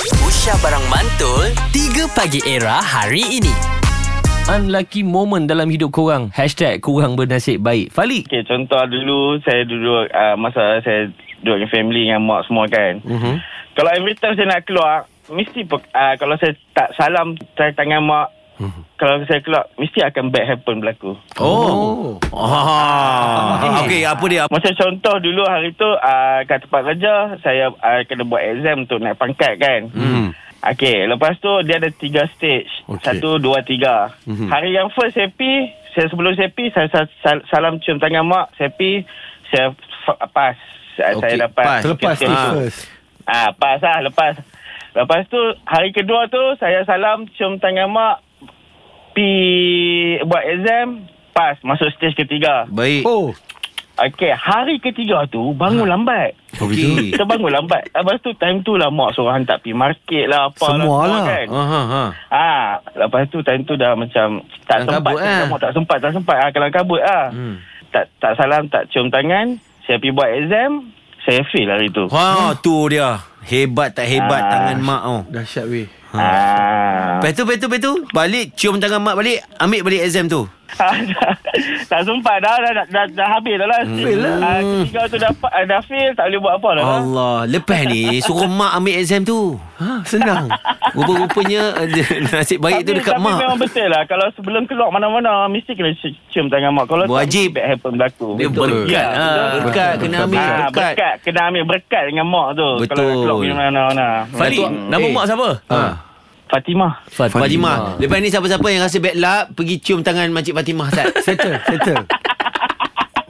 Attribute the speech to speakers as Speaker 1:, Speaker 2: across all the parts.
Speaker 1: Aisyah Barang Mantul 3 Pagi Era hari ini
Speaker 2: Unlucky moment dalam hidup korang Hashtag kurang bernasib baik Falik
Speaker 3: Okay, contoh dulu saya duduk uh, masa saya duduk dengan family dengan mak semua kan.
Speaker 2: mm-hmm.
Speaker 3: Kalau every time saya nak keluar, mesti pe- uh, kalau saya tak salam saya tangan mak, kalau saya keluar mesti akan bad happen berlaku.
Speaker 2: Oh, oh.
Speaker 1: ah, Okey apa dia
Speaker 3: Macam contoh dulu hari tu uh, kat tempat kerja saya uh, kena buat exam untuk naik pangkat kan.
Speaker 2: Hmm.
Speaker 3: Okay, lepas tu dia ada tiga stage.
Speaker 2: Okey.
Speaker 3: Satu, dua, tiga.
Speaker 2: Mhm.
Speaker 3: Hari yang first saya pi, saya sebelum saya pi, saya sal- sal- salam cium tangan mak, saya pi, saya f- pass. Saya,
Speaker 1: Okey,
Speaker 3: saya dapat.
Speaker 1: pass.
Speaker 4: Selepas
Speaker 3: ticket
Speaker 4: stage
Speaker 3: tu.
Speaker 4: first
Speaker 3: Ah, pas lah, lepas. Lepas tu, hari kedua tu, saya salam cium tangan mak, pi buat exam, pass. Masuk stage ketiga.
Speaker 1: Baik
Speaker 4: Oh
Speaker 3: Okay, hari ketiga tu, bangun lambat.
Speaker 1: Okey
Speaker 3: Kita bangun lambat. Lepas tu, time tu lah mak seorang hantar pi market lah, apa
Speaker 4: Semua
Speaker 3: lah. semua
Speaker 4: lah.
Speaker 3: Kan.
Speaker 1: Aha, ha.
Speaker 3: Ah, lepas tu time tu dah macam tak
Speaker 1: Kelam
Speaker 3: sempat,
Speaker 1: kabut,
Speaker 3: tak
Speaker 1: ah.
Speaker 3: sempat, tak sempat, tak sempat. Ah, kelam kabut ah.
Speaker 1: Hmm.
Speaker 3: Tak tak salam, tak cium tangan. Saya pergi buat exam, saya fail hari tu.
Speaker 1: Ha tu dia Hebat tak hebat
Speaker 3: Ah.
Speaker 1: tangan mak oh.
Speaker 4: Dahsyat weh
Speaker 3: Ah.
Speaker 1: Lepas tu, lepas tu, lepas tu Balik cium tangan mak balik Ambil balik exam tu
Speaker 3: Ah, dah- tak sempat dah dah, dah, dah, dah habis dah lah fail lah ah, ketiga tu dah, fa- ah, dah fail tak boleh buat apa lah Allah.
Speaker 1: Allah Lepas ni Suruh mak ambil exam tu
Speaker 4: ha, Senang
Speaker 1: Rupa-rupanya eh, Nasib baik tu dekat
Speaker 3: tapi memang
Speaker 1: mak
Speaker 3: betul lah Kalau sebelum keluar mana-mana Mesti kena ci- cium tangan mak Kalau tak mesti
Speaker 1: Wajib.
Speaker 3: bad happen berlaku
Speaker 1: Dia berkat
Speaker 3: Ya,
Speaker 1: ah,
Speaker 3: betul.
Speaker 1: Berkat Kena ambil
Speaker 3: Ah,
Speaker 1: berkat
Speaker 3: berkat Kena ambil berkat dengan mak tu
Speaker 1: Betul.
Speaker 3: Kalau keluar pergi mana-mana
Speaker 1: Falik Nama mak siapa? Ha.
Speaker 3: Fatimah
Speaker 2: Fat-
Speaker 1: Fatimah. Lepas ni siapa-siapa yang rasa bad luck pergi cium tangan Makcik Fatimah tak?
Speaker 4: Settle Settle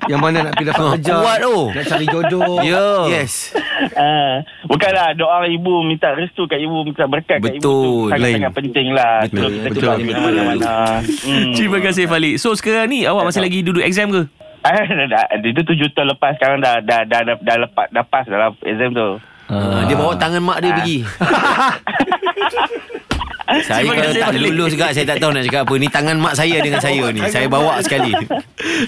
Speaker 4: Yang mana nak pergi dapat
Speaker 1: Ah,
Speaker 4: kerja
Speaker 1: kuat tu.
Speaker 4: Nak cari jodoh
Speaker 1: Ya. Yes.
Speaker 3: ah, Bukanlah doa ibu Minta restu kat ibu Minta berkat kat
Speaker 1: Betul.
Speaker 3: ibu tu Sangat-sangat
Speaker 1: Lain.
Speaker 3: penting lah
Speaker 1: Betul.
Speaker 3: Kalau kita
Speaker 1: Betul.
Speaker 3: keluar pergi
Speaker 1: Betul.
Speaker 3: mana-mana Hmm.
Speaker 2: Terima kasih Falik So sekarang ni Awak masih lagi duduk exam ke?
Speaker 3: Ah, dah, dah, itu tujuh tahun lepas sekarang dah dah dah dah, dah lepas dah pas dalam exam tu.
Speaker 1: Ah, dia bawa tangan mak dia pergi. saya
Speaker 2: Terima
Speaker 1: kalau
Speaker 2: kasih,
Speaker 1: tak
Speaker 2: Falik.
Speaker 1: lulus juga saya tak tahu nak cakap apa. Ni tangan mak saya dengan saya ni. Saya bawa sekali.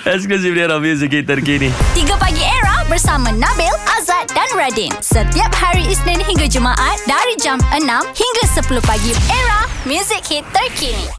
Speaker 2: Eksklusif Era Music Hit terkini
Speaker 5: 3 Pagi Era bersama Nabil, Azad dan Radin. Setiap hari Isnin hingga Jumaat dari jam 6 hingga 10 pagi. Era, music hit terkini.